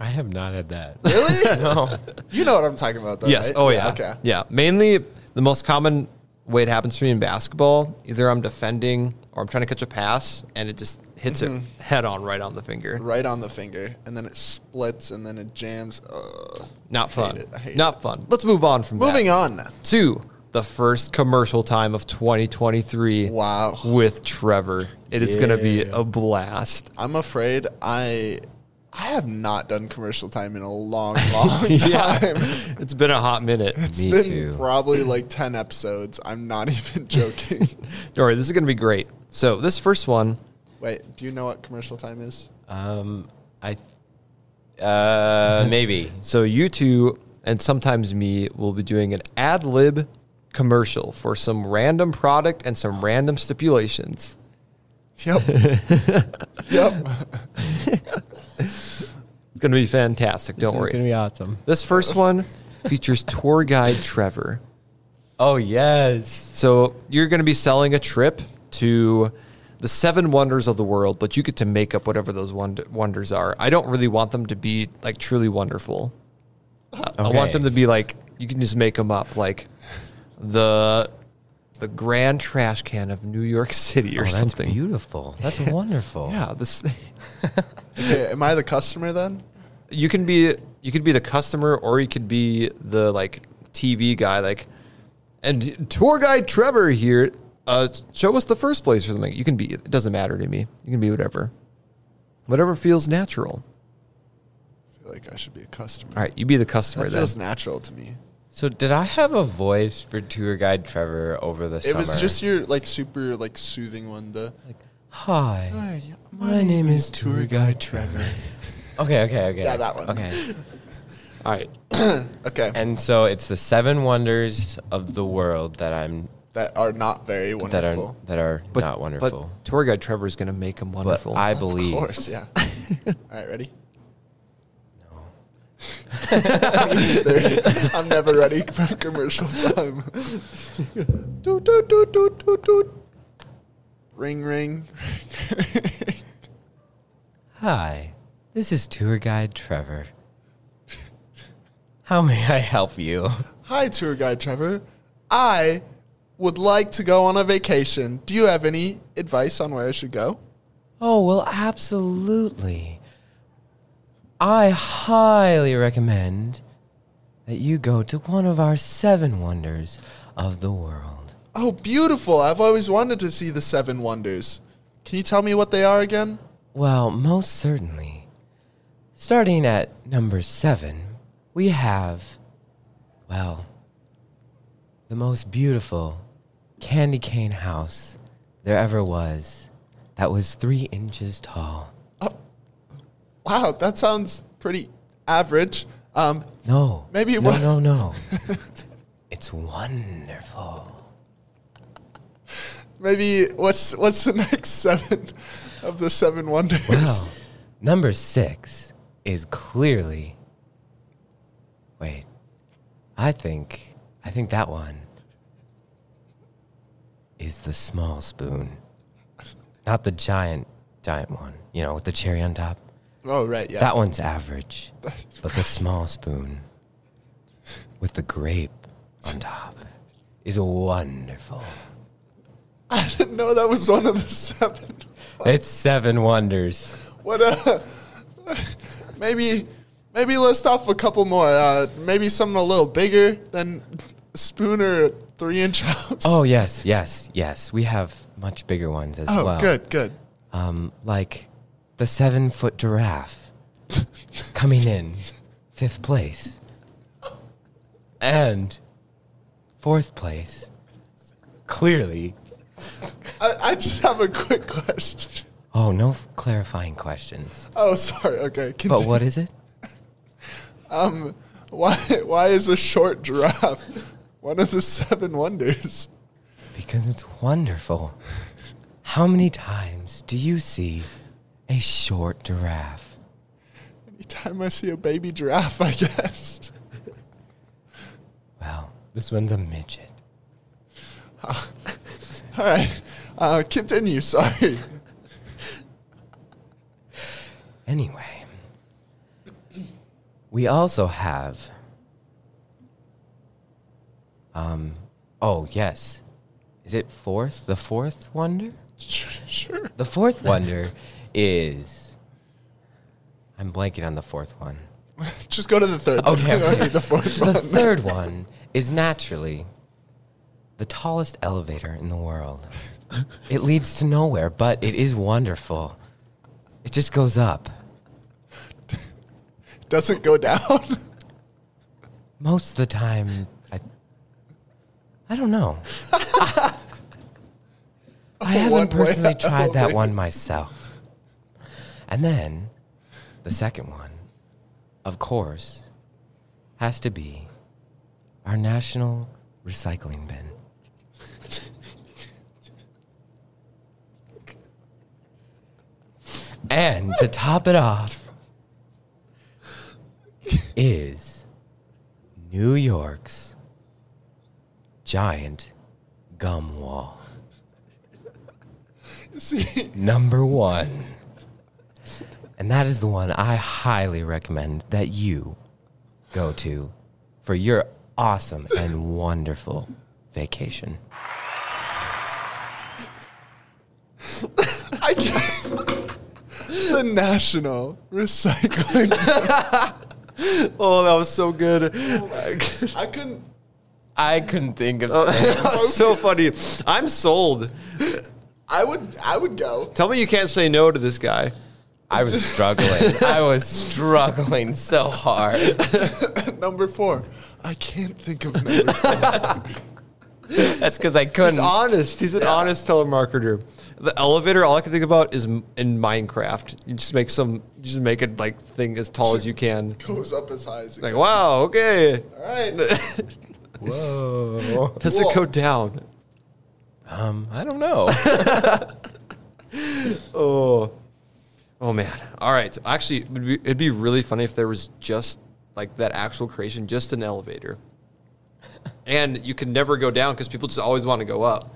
I have not had that. Really? No. You know what I'm talking about, though. Yes. right? Oh yeah. Yeah, Okay. Mainly the most common way it happens to me in basketball, either I'm defending or I'm trying to catch a pass and it just hits it head on right on the finger. Mm-hmm. Right on the finger, and then it splits, and then it jams. Ugh. Not fun. it. I hate Not fun. Let's move on from Moving that on. to the first commercial time of 2023 Wow. with Trevor. It is going to be a blast. I'm afraid I. I have not done commercial time in a long, long time. Yeah. it's been a hot minute. It's Me been too. probably like 10 episodes. I'm not even joking. All right, this is going to be great. So, this first one, Wait, do you know what commercial time is? Um, I. Uh, maybe. So you two and sometimes me will be doing an ad lib commercial for some random product and some random stipulations. Yep. yep. It's gonna be fantastic. Don't It's gonna worry. be awesome. This first one features tour guide Trevor. Oh yes. So you're gonna be selling a trip to the seven wonders of the world, but you get to make up whatever those wond- wonders are. I don't really want them to be like truly wonderful. I want Okay. them to be like you can just make them up, like the the grand trash can of New York City or Oh, that's something. beautiful. That's wonderful. Yeah, this Okay, am I the customer then? you can be you could be the customer or you could be the like TV guy, like and tour guide Trevor here. Uh, show us the first place or something. You can be. It doesn't matter to me. You can be whatever, whatever feels natural. I feel like I should be a customer. All right, you be the That customer then. feels natural to me. So did I have a voice for tour guide Trevor over the It summer? was just your like super like soothing one. The hi. my, name is tour guide Trevor. Okay, okay, okay. Yeah, that one. Okay. All right, okay, And so it's the seven wonders of the world that I'm that are not very that wonderful. are that are but, not wonderful. But tour guide Trevor's gonna make them But, wonderful. I of believe course, yeah. All right, ready? There- I'm never ready for commercial time. Doot, doot, doot, doot, doot, doot. Ring, ring. Hi. This is tour guide Trevor. How may I help you? Hi, tour guide Trevor. I would like to go on a vacation. Do you have any advice on where I should go? Oh, well, absolutely. I highly recommend that you go to one of our seven wonders of the world. Oh, beautiful. I've always wanted to see the Seven Wonders. Can you tell me what they are again? Well, most certainly. Starting at number seven, we have Well, the most beautiful candy cane house there ever was that was three inches tall. Wow, that sounds pretty average. Um, No. Maybe it no, was- No, no, it's wonderful. maybe what's what's the next seven of the seven wonders? Wow. Number six is clearly. Wait, I think I think that one is the small spoon, not the giant giant one. You know, with the cherry on top. Oh right, yeah. That one's average, but the small spoon with the grape on top is wonderful. I didn't know that was one of the seven. It's seven wonders. What uh maybe maybe list off a couple more. Uh, maybe something a little bigger than spoon or a three inch house. Oh yes, yes, yes. We have much bigger ones as Oh, well. good, good. Um, like the seven foot giraffe coming in fifth place, and fourth place. Clearly, I, I just have a quick question. oh no, f- clarifying questions. Oh, sorry. Okay. But Continue. what is it? Um, why why is a short giraffe one of the seven wonders? Because it's wonderful. How many times do you see a short giraffe? Anytime I see a baby giraffe, I guess. Well, this one's a midget. All right. Uh, continue. Sorry. Anyway, we also have. Um. Oh yes, is it fourth? The fourth wonder. Sure. The fourth wonder is. I'm blanking on the fourth one. Just go to the third. Okay, We don't okay. need Oh, the fourth The one. third one is naturally the tallest elevator in the world. It leads to nowhere, but it is wonderful. It just goes up. Doesn't go down. Most of the time, I, I don't know. I One haven't way personally tried that elevator. one myself. And then the second one, of course, has to be our national recycling bin. And to top it off is New York's giant gum wall. See, Number one. And that is the one I highly recommend that you go to for your awesome and wonderful vacation. I guess the national recycling. Oh, that was so good. Oh I couldn't. Oh, I couldn't think of that was so funny. I'm sold. I would. I would go. Tell me you can't say no to this guy. I was struggling. I was struggling so hard. Number four. I can't think of number. Four. That's because I couldn't. He's honest. He's an honest telemarketer. The elevator. All I can think about is m- in Minecraft. You just make some. You just make it like thing as tall as you can. Goes up as high as. it Like goes. wow, okay. All right. Whoa. Does it go Whoa. down? Um, I don't know. Oh, oh man. All right. Actually, it'd be, it'd be really funny if there was just like that actual creation, just an elevator, and you can never go down because people just always want to go up.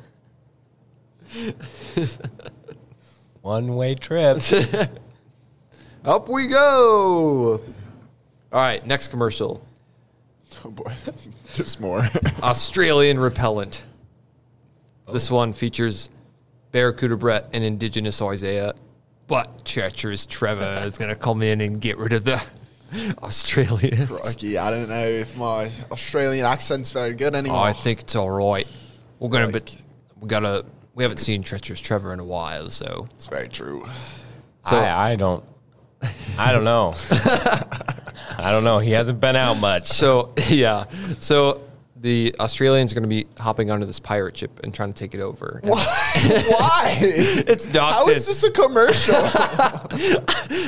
One way trip. Up we go. All right. Next commercial. Oh boy. There's more. Australian repellent. This one features Barracuda Brett and Indigenous Isaiah, but treacherous Trevor is going to come in and get rid of the Australians. Crikey, I don't know if my Australian accent's very good anymore. I think Oh, it's all right. We're going to, but Like- we got to. We haven't seen treacherous Trevor in a while, so it's very true. so I, I don't. I don't know. I don't know. He hasn't been out much. So yeah, so the Australians are going to be hopping onto this pirate ship and trying to take it over. And Why? Why? It's docked How in is this a commercial?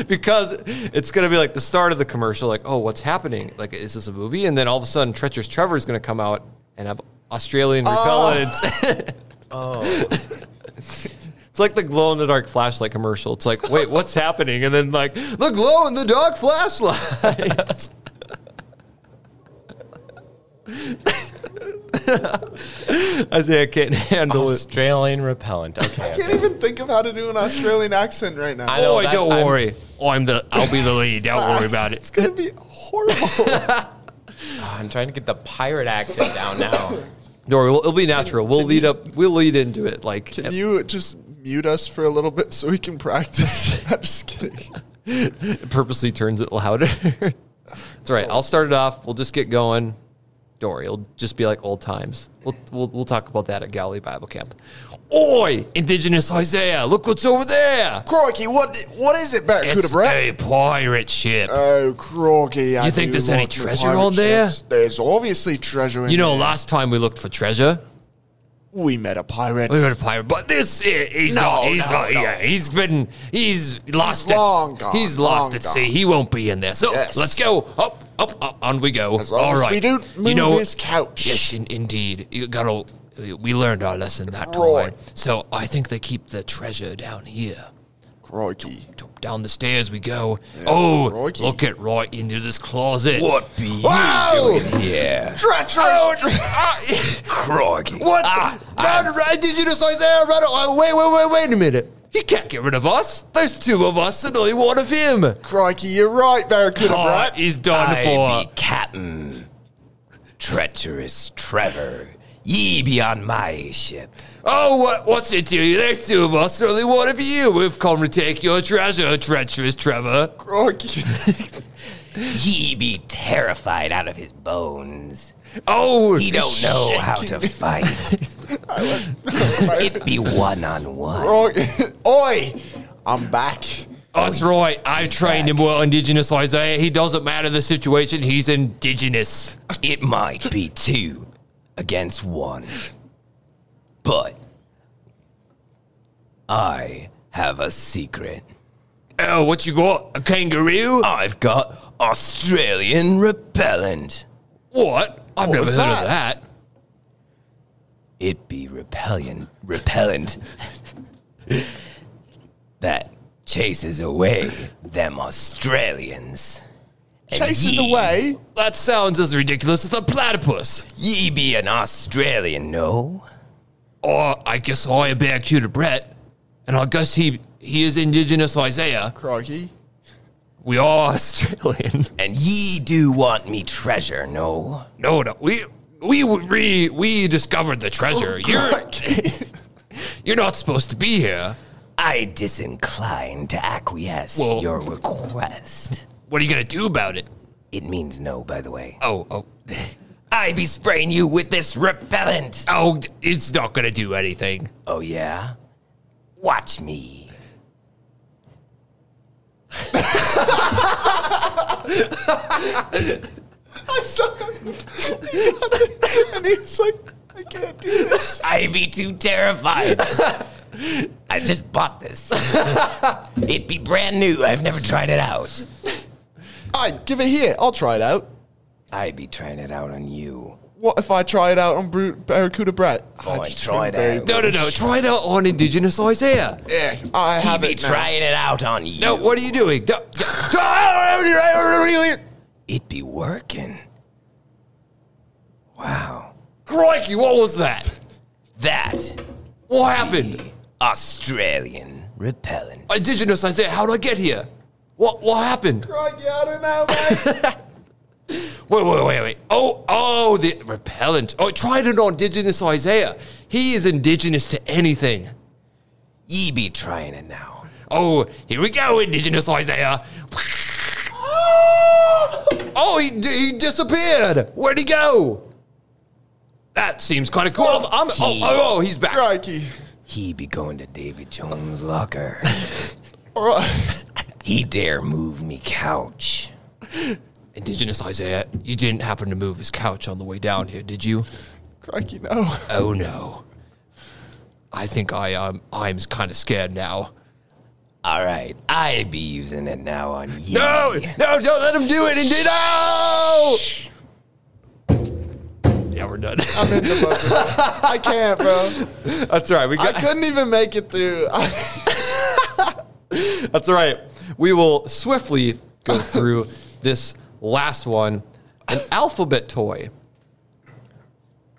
because it's going to be like the start of the commercial. Like, oh, what's happening? Like, is this a movie? And then all of a sudden, treacherous Trevor is going to come out and have Australian repellent. Oh. It's like the glow in the dark flashlight commercial. It's like, wait, what's happening? And then like the glow in the dark flashlight. I say I can't handle it. Australian repellent. Okay. I can't okay. even think of how to do an Australian accent right now. I know. oh, that- don't I'm- worry. Oh, I'm the. I'll be the lead. Don't worry about It's it. gonna be horrible. Ah, I'm trying to get the pirate accent down now. Don't worry. Well, it'll be natural. We'll can lead you- up. We'll lead into it. Like Can you just mute us for a little bit so we can practice? I'm just kidding. purposely turns it louder. That's right. I'll start it off. We'll just get going. Don't worry. It'll just be like old times. We'll we'll, we'll talk about that at Galilee Bible Camp. Oi, Indigenous Isaiah, look what's over there. Crikey, what what is it, Barracuda It's Brett? a pirate ship. Oh, crikey! I You think do there's any like my treasure pirate on there? ships. There's obviously treasure in. you know, there. last time we looked for treasure, we met a pirate. we were a pirate, but this here, he's No, not. He's no, not. no. Yeah, he's been. He's lost. long at, gone, He's lost long at gone. sea. He won't be in there. So Yes. let's go up, up, up. On we go. as long All as right. we don't move you know, his couch. Yes, in, indeed. You gotta. We learned our lesson that Right. time. So I think they keep the treasure down here. Crikey! Down the stairs we go. oh, crikey. look at right into this closet. What be you Wow! doing here? Treacherous! Crikey. Oh, What? Run, run, did you just say there? Run, oh, wait, wait, wait, wait a minute. He can't get rid of us. There's two of us and only one of him. Crikey, you're right, Barracuda Oh, Brett. he's done I for. be captain, treacherous Trevor. Ye be on my ship. Oh, what, what's it to you? There's two of us and only one of you. We've come to take your treasure, treacherous Trevor. Crikey! Ye be terrified out of his bones. Oh, He don't know how to fight. it be one on one. Crikey! Oi! I'm back. That's right. I've trained him back. well, Indigenous Isaiah. He doesn't matter the situation. He's Indigenous. It might be two against one. But I have a secret. Oh, what you got? A kangaroo? I've got Australian repellent. What? I've never heard was of Oh, that. it be repellion repellent that chases away them Australians. And Chases ye- away. That sounds as ridiculous as the platypus. Ye be an Australian, no? Or I guess I am back to Brett, and I guess he he is Indigenous Isaiah. Crikey! We are Australian. And ye do want me treasure, no? No, no, we we re we discovered the treasure. You're Crikey! you're not supposed to be here. I disincline to acquiesce Well- your request. What are you gonna do about it? It means no, by the way. Oh, oh, I be spraying you with this repellent. oh! It's not gonna do anything. Oh, yeah? Watch me. I saw him. He got it, and he was like, I can't do this. I'd be too terrified. I just bought this. It'd be brand new. I've never tried it out. All right, give it here. I'll try it out. I'd be trying it out on you. What if I try it out on Bru- Barracuda Brett? Fine, just try it very- out. No, no, no! Try it out on Indigenous Isaiah. Yeah, I He'd have be it now. trying it out on you. No, what are you doing? No, It'd be working. Wow. Crikey! What was that? That What happened? Australian repellent. Indigenous Isaiah, how did I get here? What what happened? Crikey, I don't know, mate. Wait, wait, wait, wait. Oh, oh, the repellent. Oh, I tried it on Indigenous Isaiah. He is indigenous to anything. Ye be trying it now. Oh, here we go, Indigenous Isaiah. Oh, he, d- he disappeared. Where'd he go? That seems kind of cool. I'm, I'm- oh, oh, oh, he's back. Crikey. He be going to David Jones' locker. All right. he dare move me couch. Indigenous Isaiah, you didn't happen to move his couch on the way down here, did you? Crikey, no. Oh no. I think I um I'm kind of scared now. All right, I be using it now on you. No, no, don't let him do it, Indy. No. Yeah, we're done. I'm in the buzzer. I can't, bro. That's all right. We I got. couldn't even make it through. That's all right. We will swiftly go through this last one, an alphabet toy.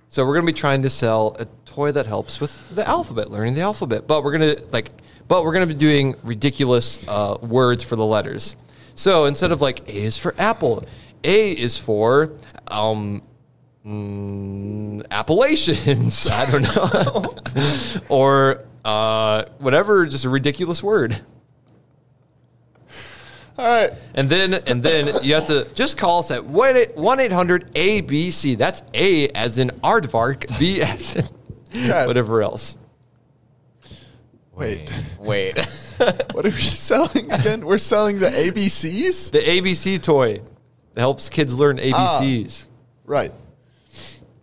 So we're gonna be trying to sell a toy that helps with the alphabet, learning the alphabet. But we're gonna like, but we're gonna be doing ridiculous uh, words for the letters. So instead of like A is for apple, A is for um, mm, Appalachians. I don't know, or uh, whatever, just a ridiculous word. All right. And then and then you have to just call us at 1 800 ABC. That's A as in Aardvark, B as in God. whatever else. Wait. Wait. What are we selling again? We're selling the ABCs? The ABC toy that helps kids learn ABCs. Right.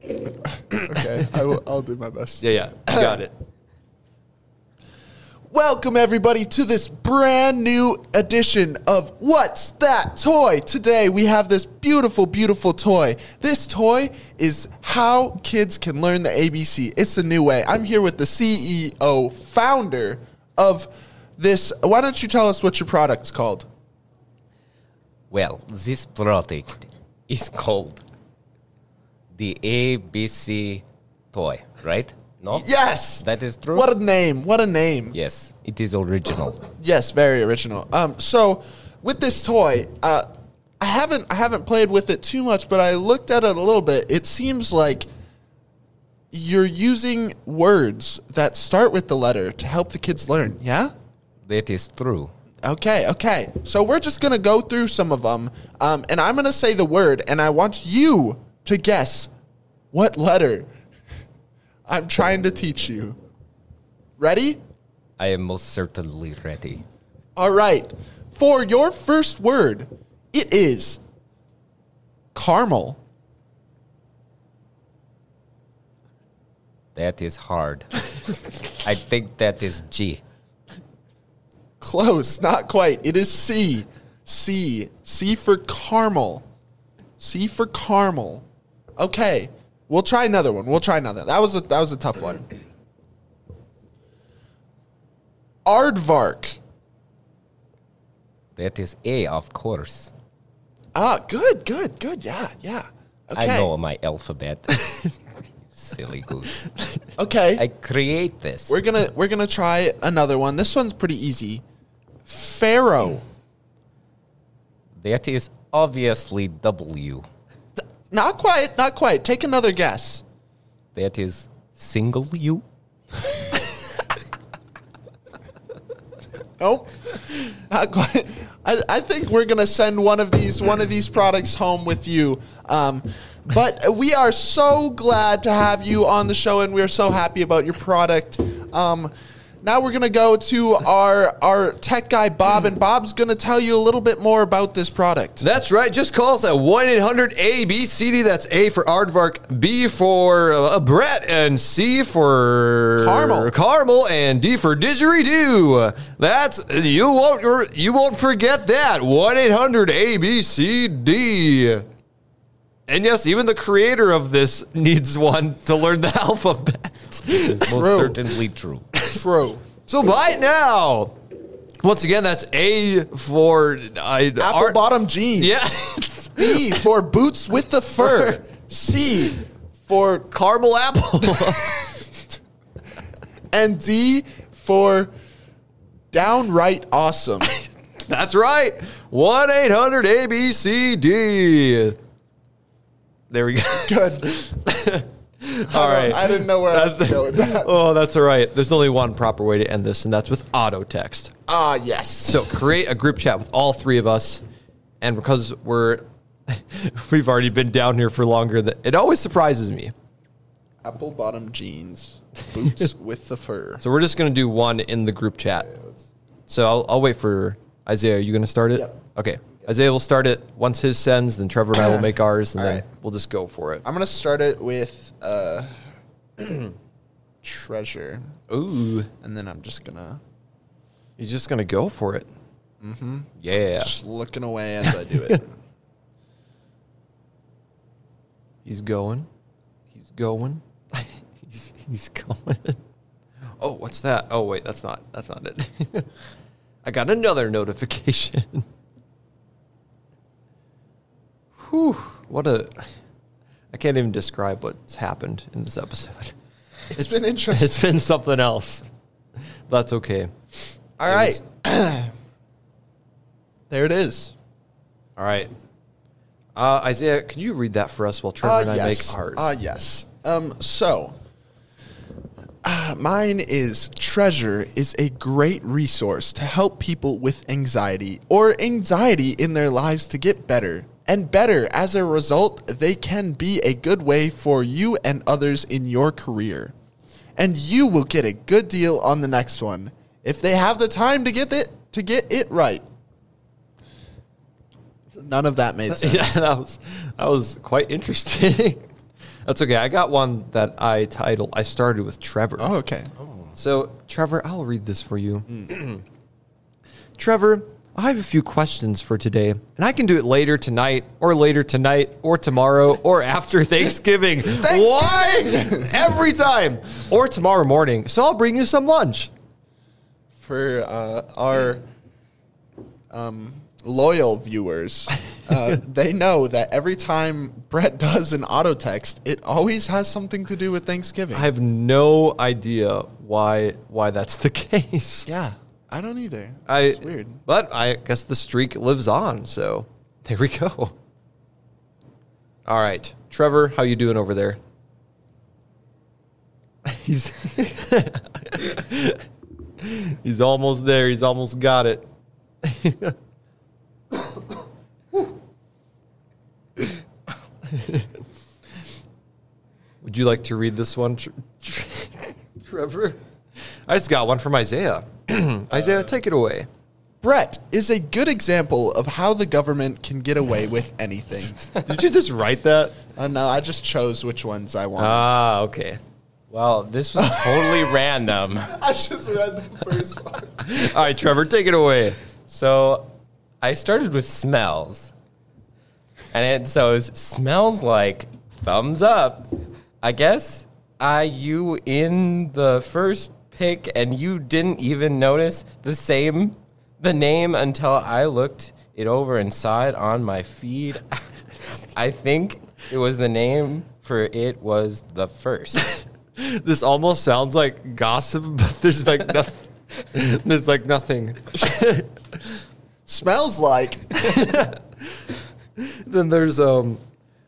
Okay, I will, I'll do my best. Yeah, yeah. You got it. Welcome, everybody, to this brand new edition of What's That Toy? Today, we have this beautiful, beautiful toy. This toy is how kids can learn the ABC. It's a new way. I'm here with the CEO, founder of this. Why don't you tell us what your product's called? Well, this product is called the ABC toy, right? No? Yes! That is true. What a name! What a name! Yes, it is original. Yes, very original. Um, so with this toy, uh, I haven't I haven't played with it too much, but I looked at it a little bit. It seems like you're using words that start with the letter to help the kids learn. Yeah. that is true. Okay. Okay. So we're just gonna go through some of them, um, and I'm gonna say the word, and I want you to guess what letter I'm trying to teach you. Ready? I am most certainly ready. All right. For your first word, it is caramel. That is hard. I think that is G. Close, not quite. It is C. C. C for caramel. C for caramel. Okay. We'll try another one. We'll try another. That was a that was a tough one. Aardvark. That is A, of course. Ah, good, good, good. Yeah, yeah. Okay. I know my alphabet. Silly goose. Okay. I create this. We're gonna we're gonna try another one. This one's pretty easy. Pharaoh. That is obviously W. Not quite, not quite. Take another guess. That is single U. Nope. Not quite. I, I think we're gonna send one of these one of these products home with you. Um, but we are so glad to have you on the show, and we are so happy about your product. Um, now we're gonna go to our our tech guy Bob, and Bob's gonna tell you a little bit more about this product. That's right. Just call us at 1 800 ABCD. That's A for Aardvark, B for uh, Brett, and C for Caramel. Caramel, and D for Didgeridoo. That's you won't you won't forget that 1 800 ABCD. And yes, even the creator of this needs one to learn the alphabet. It is True. most certainly true. True. So buy it now. Once again, that's A for I, Apple Aard- bottom jeans. Yeah. B for boots with the fur. C for caramel apple. and D for downright awesome. That's right. 1 800 ABCD. There we go. Good. all right. I didn't know where I was That's the- going with that. Oh, that's all right. There's only one proper way to end this, and that's with auto text. Ah, yes. So create a group chat with all three of us, and because we're we've already been down here for longer, than, it always surprises me. Apple bottom jeans, boots with the fur. So we're just gonna do one in the group chat. So I'll, I'll wait for Isaiah, are you going to start it? Yep. Okay. Isaiah will start it once his sends, then Trevor and I will make ours, and All then right. we'll just go for it. I'm gonna start it with uh, treasure, Ooh. and then I'm just gonna You're just going to go for it. Mm-hmm. Yeah. just looking away as I do it. He's going. He's going. he's, he's going. Oh, what's that? Oh, wait, that's not that's not it. I got another notification. Whew! What a! I can't even describe what's happened in this episode. it's been interesting. It's been something else. That's okay. All It right, was- there it is. all right. Uh, Isaiah, can you read that for us while Trevor and I make ours? Ah, Uh, yes. Um, so, uh, mine is Treasure is a great resource to help people with anxiety or anxiety in their lives to get better. And better as a result, they can be a good way for you and others in your career. And you will get a good deal on the next one if they have the time to get it to get it right. None of that made sense. yeah, that was that was quite interesting. That's okay. I got one that I titled. I started with Trevor. Oh, okay. So, Trevor, I'll read this for you. Trevor, I have a few questions for today, and I can do it later tonight, or later tonight, or tomorrow, or after Thanksgiving. Why? Every time. Or tomorrow morning. So, I'll bring you some lunch. for uh, our um, loyal viewers, uh, they know that every time Brett does an auto text, it always has something to do with Thanksgiving. I have no idea why why that's the case. yeah, I don't either. I, it's weird. But I guess the streak lives on. So there we go. All right, Trevor, how you doing over there? He's he's almost there. He's almost got it. Would you like to read this one, Tr- Tr- Trevor? I just got one from Isaiah. Isaiah, take it away. Brett is a good example of how the government can get away with anything. Did you just write that? uh, no, I just chose which ones I wanted. Ah, okay. Well, this was totally random. I just read the first one. All right, Trevor, take it away. So I started with smells. And it so it smells like thumbs up. I guess I you in the first pick and you didn't even notice the same the name until I looked it over and saw it on my feed. I think it was the name for it was the first. This almost sounds like gossip, but there's like nothing. There's like nothing. Smells like Then there's um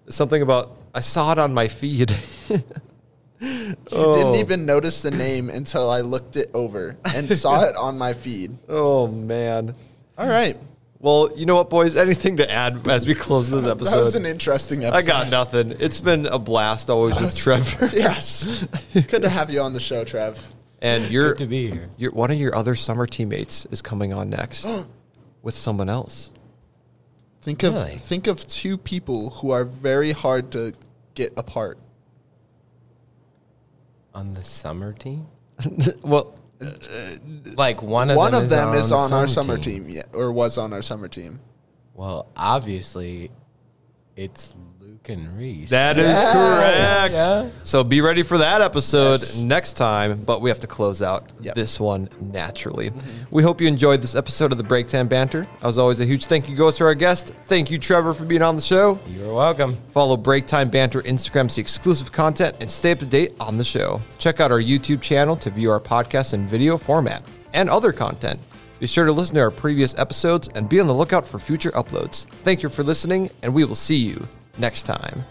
something about I saw it on my feed. you Oh. didn't even notice the name until I looked it over and saw it on my feed. Oh man. All right. Well, you know what, boys? Anything to add as we close this episode? That was an interesting episode. I got nothing. It's been a blast always with Trevor. Yes. Good to have you on the show, Trev. And you're Good to be here. Your, one of your other summer teammates is coming on next with someone else. Think of Really? think of two people who are very hard to get apart. On the summer team? well, Like one of One them of them is on our some summer team, yeah, or was on our summer team. Well, obviously, it's Luke and Reese. that is Yes. correct. So be ready for that episode next time, but we have to close out Yep. Mm-hmm. this one naturally. We hope you enjoyed this episode of the Break Time Banter. As always, a huge thank you goes to our guest. Thank you, Trevor, for being on the show. You're welcome. Follow Break Time Banter Instagram to see exclusive content and stay up to date on the show. Check out our YouTube channel to view our podcast in video format and other content. Be sure to listen to our previous episodes and be on the lookout for future uploads. Thank you for listening, and we will see you next time.